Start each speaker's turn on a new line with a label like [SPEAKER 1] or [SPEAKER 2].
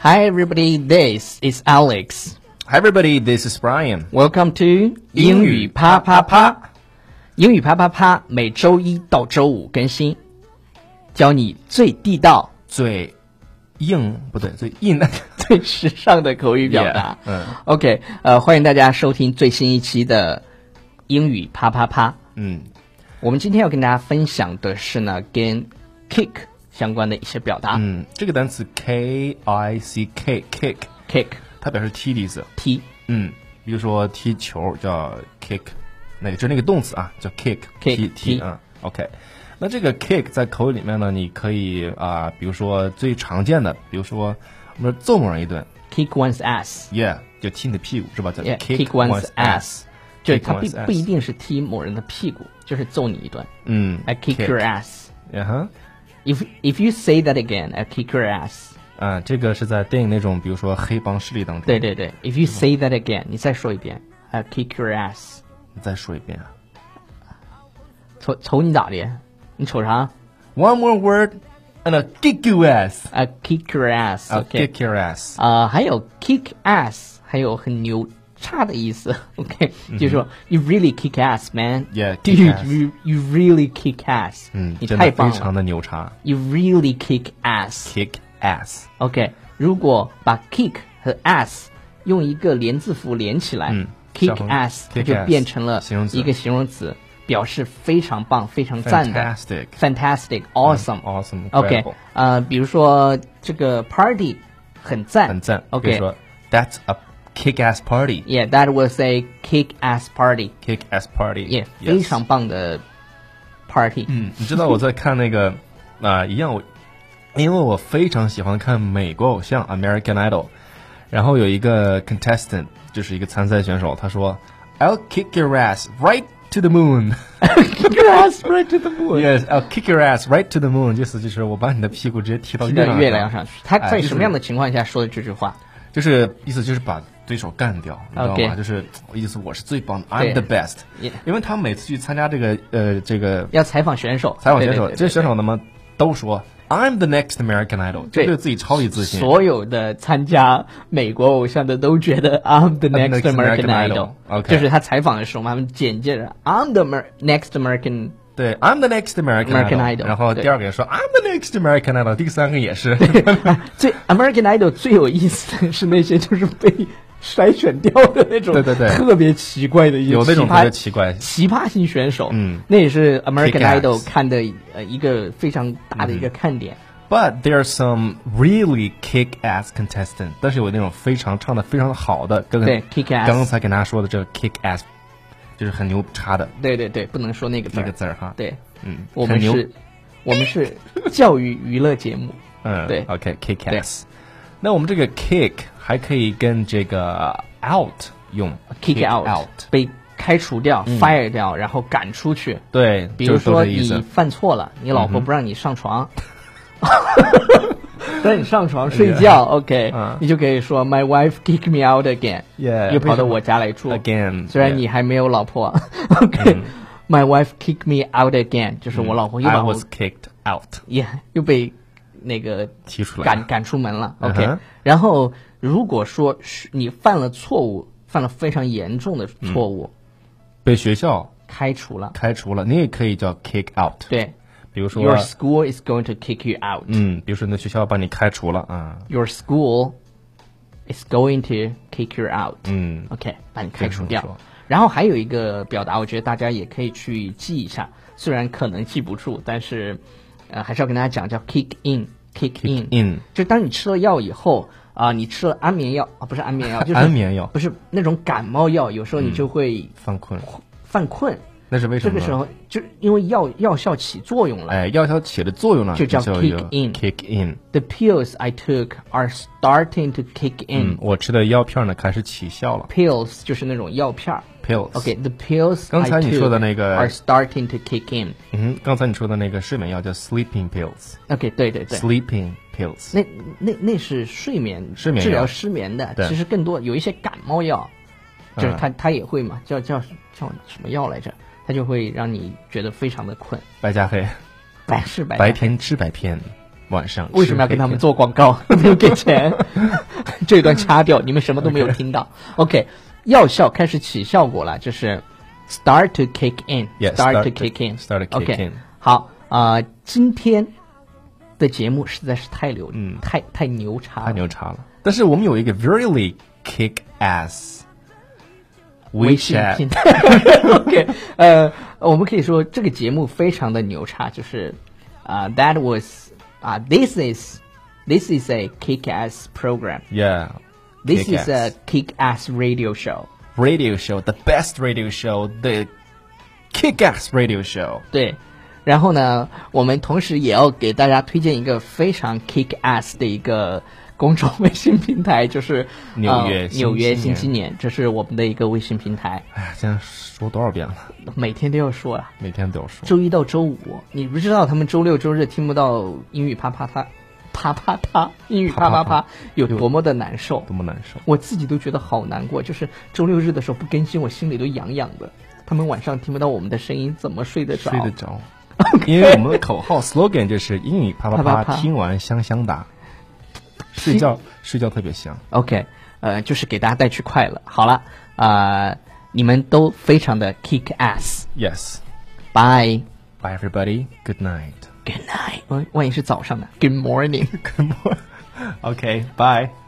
[SPEAKER 1] Hi everybody, this is Alex.
[SPEAKER 2] Hi everybody, this is Brian.
[SPEAKER 1] Welcome to
[SPEAKER 2] 英
[SPEAKER 1] 英
[SPEAKER 2] 语
[SPEAKER 1] 语
[SPEAKER 2] 啪
[SPEAKER 1] 啪啪
[SPEAKER 2] 啪啪
[SPEAKER 1] 啪。英语啪啪啪，每周一到周五更新，教你最地道、
[SPEAKER 2] 最硬不对，最硬 的
[SPEAKER 1] 最时尚的口语表达。
[SPEAKER 2] Yeah，嗯
[SPEAKER 1] OK，呃，欢迎大家收听最新一期的英语啪啪啪。
[SPEAKER 2] 嗯，
[SPEAKER 1] 我们今天要跟大家分享的是呢，跟 kick 相关的一些表达。
[SPEAKER 2] 嗯，这个单词 K I C K kick，
[SPEAKER 1] kick
[SPEAKER 2] 它表示踢的意思。
[SPEAKER 1] 踢
[SPEAKER 2] 嗯，比如说踢球叫 kick，那个就是那个动词啊，叫 kick，
[SPEAKER 1] Kick，
[SPEAKER 2] 踢
[SPEAKER 1] 踢
[SPEAKER 2] 踢啊。OK，那这个 kick 在口语里面呢，你可以啊、比如说最常见的，比如说我们说揍某人一顿
[SPEAKER 1] kick one's ass，
[SPEAKER 2] ，yeah，就踢你的屁股是吧？叫
[SPEAKER 1] Yeah，
[SPEAKER 2] kick
[SPEAKER 1] kick one's ass 就是它
[SPEAKER 2] kick
[SPEAKER 1] 并
[SPEAKER 2] one's
[SPEAKER 1] 不一
[SPEAKER 2] ass
[SPEAKER 1] 定是踢某人的屁股，就是揍你一顿。
[SPEAKER 2] 嗯
[SPEAKER 1] I kick your ass。
[SPEAKER 2] 嗯哼。
[SPEAKER 1] If if you say that again, I kick your ass。
[SPEAKER 2] 啊，这个是在电影那种，比如说黑帮势力当中。
[SPEAKER 1] 对，对对，If you say that again，你再说一遍，I kick your ass。
[SPEAKER 2] 你再说一遍啊。
[SPEAKER 1] 瞅瞅你咋的？你瞅啥
[SPEAKER 2] One more word and I'll kick you ass.
[SPEAKER 1] ？I kick your ass。
[SPEAKER 2] I'll
[SPEAKER 1] OK。
[SPEAKER 2] kick your ass.
[SPEAKER 1] 啊，还有 kick ass，还有很牛叉的意思。OK，就是说 You really kick ass, man.
[SPEAKER 2] Yeah,
[SPEAKER 1] Dude,
[SPEAKER 2] kick ass.
[SPEAKER 1] you you really kick ass.
[SPEAKER 2] 嗯，
[SPEAKER 1] 你
[SPEAKER 2] 真
[SPEAKER 1] 太
[SPEAKER 2] 的
[SPEAKER 1] 棒
[SPEAKER 2] 非常
[SPEAKER 1] 了。
[SPEAKER 2] 的牛叉。
[SPEAKER 1] You really kick ass.
[SPEAKER 2] Kick ass.
[SPEAKER 1] OK，如果把 kick 和 ass 用一个连字符连起来、k i
[SPEAKER 2] 嗯
[SPEAKER 1] c k
[SPEAKER 2] 小红
[SPEAKER 1] ass 它
[SPEAKER 2] kick
[SPEAKER 1] 就
[SPEAKER 2] ass，
[SPEAKER 1] 变成了
[SPEAKER 2] 形容词
[SPEAKER 1] 一个形容词，表示非常棒、非常赞的
[SPEAKER 2] Fantastic 嗯
[SPEAKER 1] fantastic awesome、
[SPEAKER 2] awesome，
[SPEAKER 1] OK，
[SPEAKER 2] incredible
[SPEAKER 1] 呃，比如说这个 party 很赞，
[SPEAKER 2] 很赞。比如
[SPEAKER 1] OK，Yeah，that、
[SPEAKER 2] 说，That's a kick ass party.
[SPEAKER 1] was a kick ass party，
[SPEAKER 2] Kick ass party.
[SPEAKER 1] 也、
[SPEAKER 2] Yes
[SPEAKER 1] 非常棒的 party。
[SPEAKER 2] 嗯，你知道我在看那个 啊、一样我，因为我非常喜欢看美国偶像 American Idol，然后有一个 contestant 就是一个参赛选手，他说 I'll kick your ass right to the moon。
[SPEAKER 1] kick your ass right to the moon。
[SPEAKER 2] Yes, I'll kick your ass right to the moon。意思就是我把你的屁股直接踢到
[SPEAKER 1] 提到
[SPEAKER 2] 亮
[SPEAKER 1] 月亮上去，他
[SPEAKER 2] 哎
[SPEAKER 1] 在
[SPEAKER 2] 就是
[SPEAKER 1] 什么样的情况下说的这句话？
[SPEAKER 2] 就是意思就是把对手干掉，你知道
[SPEAKER 1] OK
[SPEAKER 2] 吗？就是意思我是最棒的
[SPEAKER 1] 对
[SPEAKER 2] ，I'm the best
[SPEAKER 1] Yeah。
[SPEAKER 2] 因为他每次去参加这个呃这个
[SPEAKER 1] 要采访选手，
[SPEAKER 2] 采访
[SPEAKER 1] 对
[SPEAKER 2] 选
[SPEAKER 1] 对
[SPEAKER 2] 手，
[SPEAKER 1] 对对
[SPEAKER 2] 这些选手他们都说 I'm the next American Idol，
[SPEAKER 1] 对
[SPEAKER 2] 就对自己超级自信。
[SPEAKER 1] 所有的参加美国偶像的都觉得 I'm the next
[SPEAKER 2] next American
[SPEAKER 1] American Idol，
[SPEAKER 2] Idol，OK
[SPEAKER 1] 就是他采访的时候嘛，他们简介着 I'm the Mer- next American，
[SPEAKER 2] 对，I'm the next American
[SPEAKER 1] American Idol，
[SPEAKER 2] 然后
[SPEAKER 1] 对
[SPEAKER 2] 第二个也说 I'm the next American Idol，第三个 也是。
[SPEAKER 1] 最 American Idol 最有意思的是那些就是被筛选掉的那种，
[SPEAKER 2] 对对对
[SPEAKER 1] 特别奇怪的一些
[SPEAKER 2] 有那种
[SPEAKER 1] 奇葩
[SPEAKER 2] 特别奇怪
[SPEAKER 1] 奇葩型选手，
[SPEAKER 2] 嗯
[SPEAKER 1] 那也是 American
[SPEAKER 2] Kick ass
[SPEAKER 1] Idol 看的呃一个非常大的
[SPEAKER 2] 嗯
[SPEAKER 1] 一个看点。
[SPEAKER 2] But there are some really kick ass contestant，但是有那种非常唱的非常好的，跟
[SPEAKER 1] 对，kick ass
[SPEAKER 2] 刚才跟大家说的这个 kick ass，就是很牛叉的
[SPEAKER 1] 对对对，不能说那个字
[SPEAKER 2] 那
[SPEAKER 1] 儿，
[SPEAKER 2] 个字儿哈。，
[SPEAKER 1] 对，
[SPEAKER 2] 嗯，
[SPEAKER 1] 我们
[SPEAKER 2] 很牛
[SPEAKER 1] 是，我们是教育娱乐节目。
[SPEAKER 2] 嗯，
[SPEAKER 1] 对
[SPEAKER 2] ，OK，kick、
[SPEAKER 1] 对
[SPEAKER 2] ass。那我们这个 kick 还可以跟这个 out 用
[SPEAKER 1] kick out，,
[SPEAKER 2] out
[SPEAKER 1] 被开除掉、fire 掉，然后赶出去。
[SPEAKER 2] 对，
[SPEAKER 1] 比如
[SPEAKER 2] 就是都
[SPEAKER 1] 说
[SPEAKER 2] 是意
[SPEAKER 1] 你
[SPEAKER 2] 思。嗯
[SPEAKER 1] 犯错了，你老婆不让你上 床，不让你上床睡觉，OK，
[SPEAKER 2] 嗯
[SPEAKER 1] 你就可以说 My wife kicked me out again，
[SPEAKER 2] Yeah，
[SPEAKER 1] 又跑到我家来住
[SPEAKER 2] Again，
[SPEAKER 1] 虽然
[SPEAKER 2] yeah 嗯
[SPEAKER 1] 你还没有老婆，OK。My wife kicked me out again，就是我老婆又
[SPEAKER 2] I
[SPEAKER 1] 把我
[SPEAKER 2] was kicked out，
[SPEAKER 1] 也又被那个
[SPEAKER 2] 踢出来
[SPEAKER 1] 赶赶出门了。OK，、
[SPEAKER 2] 嗯哼
[SPEAKER 1] 然后如果说是你犯了错误，犯了非常严重的
[SPEAKER 2] 嗯
[SPEAKER 1] 错误，
[SPEAKER 2] 被学校
[SPEAKER 1] 开除了，
[SPEAKER 2] 开除了。你也可以叫 kick out，，
[SPEAKER 1] 对
[SPEAKER 2] 比如说
[SPEAKER 1] ，Your school is going to kick you out.
[SPEAKER 2] 嗯，比如说你的学校把你开除了啊，
[SPEAKER 1] Your school is going to kick you out.
[SPEAKER 2] 嗯
[SPEAKER 1] OK，把你开除
[SPEAKER 2] 可以这么
[SPEAKER 1] 掉
[SPEAKER 2] 说。
[SPEAKER 1] 然后还有一个表达，我觉得大家也可以去记一下，虽然可能记不住，但是呃还是要跟大家讲，叫 kick in，kick in，,
[SPEAKER 2] in
[SPEAKER 1] 就当你吃了药以后啊、你吃了安眠药啊，不是安眠 药，就是
[SPEAKER 2] 安眠药
[SPEAKER 1] 不是那种感冒药，有时候你就会
[SPEAKER 2] 犯困，
[SPEAKER 1] 犯困，
[SPEAKER 2] 那是为什
[SPEAKER 1] 这
[SPEAKER 2] 么呢？
[SPEAKER 1] 个时候就因为药药效起作用了。
[SPEAKER 2] 哎，药效起的作用呢，
[SPEAKER 1] 就叫
[SPEAKER 2] 叫
[SPEAKER 1] kick
[SPEAKER 2] 有
[SPEAKER 1] in
[SPEAKER 2] kick in。
[SPEAKER 1] The pills I took are starting to kick in、
[SPEAKER 2] 嗯，我吃的药片呢开始起效了
[SPEAKER 1] pills 就是那种药片儿。
[SPEAKER 2] ，pills。
[SPEAKER 1] OK，the、pills
[SPEAKER 2] 刚才
[SPEAKER 1] I
[SPEAKER 2] 你
[SPEAKER 1] took
[SPEAKER 2] 说的那个
[SPEAKER 1] are starting to kick in。
[SPEAKER 2] 嗯哼，刚才你说的那个睡眠药叫 sleeping pills，sleeping
[SPEAKER 1] OK，对对对，
[SPEAKER 2] pills。
[SPEAKER 1] 那那那是睡眠
[SPEAKER 2] 失眠药
[SPEAKER 1] 治疗失眠的，
[SPEAKER 2] 对嗯
[SPEAKER 1] 其实更多有一些感冒药，就是它它也会嘛，叫叫叫什么药来着？它就会让你觉得非常的困，
[SPEAKER 2] 白加黑，
[SPEAKER 1] 白是白
[SPEAKER 2] 白
[SPEAKER 1] 的
[SPEAKER 2] 天吃白片。晚上
[SPEAKER 1] 为什么要给他们做广告？ 没有给 钱，这一段掐掉，你们什么都没有听到。OK，药效开始起效果了，就是 start to kick
[SPEAKER 2] Yeah,
[SPEAKER 1] in，start to
[SPEAKER 2] start to-
[SPEAKER 1] kick in。
[SPEAKER 2] start to kick
[SPEAKER 1] OK，
[SPEAKER 2] in
[SPEAKER 1] 好啊、呃今天的节目实在是太牛，嗯，太太牛叉了，
[SPEAKER 2] 太牛叉了。但是我们有一个 really kick ass
[SPEAKER 1] 微信
[SPEAKER 2] WeChat，
[SPEAKER 1] OK，呃，我们可以说这个节目非常的牛叉，就是啊、t h a t was 啊、t h i s is this is a kick-ass program。
[SPEAKER 2] yeah。
[SPEAKER 1] This is a
[SPEAKER 2] Kick-ass.
[SPEAKER 1] kick-ass radio show。
[SPEAKER 2] radio show, the best radio show, the kick ass radio show.
[SPEAKER 1] 对，然后呢，我们同时也要给大家推荐一个非常 kick-ass 的一个公众微信平台，就是
[SPEAKER 2] 纽约
[SPEAKER 1] 呃
[SPEAKER 2] 新
[SPEAKER 1] 纽约
[SPEAKER 2] 青年
[SPEAKER 1] 新青年，这是我们的一个微信平台，
[SPEAKER 2] 哎呀，这样说多少遍了？
[SPEAKER 1] 每天都要说啊。
[SPEAKER 2] 每天都要说。
[SPEAKER 1] 周一到周五，你不知道他们周六周日听不到英语啪啪啪，啪啪啪，英语啪啪
[SPEAKER 2] 啪啪
[SPEAKER 1] 啪有多么的难受，
[SPEAKER 2] 多么难受！
[SPEAKER 1] 我自己都觉得好难过。就是周六日的时候不更新，我心里都痒痒的。他们晚上听不到我们的声音，怎么睡得着？
[SPEAKER 2] 睡得着，因为我们的口 号 slogan 就是英语啪啪
[SPEAKER 1] 啪
[SPEAKER 2] 啪，
[SPEAKER 1] 啪啪
[SPEAKER 2] 听完香香哒，睡觉睡觉特别香。
[SPEAKER 1] OK，呃，就是给大家带去快乐。好了，啊，你们都非常的 kick ass，bye。
[SPEAKER 2] Yes,
[SPEAKER 1] Bye
[SPEAKER 2] bye everybody, good night.
[SPEAKER 1] Good night，万万一是早上呢？Good morning。
[SPEAKER 2] Okay, bye.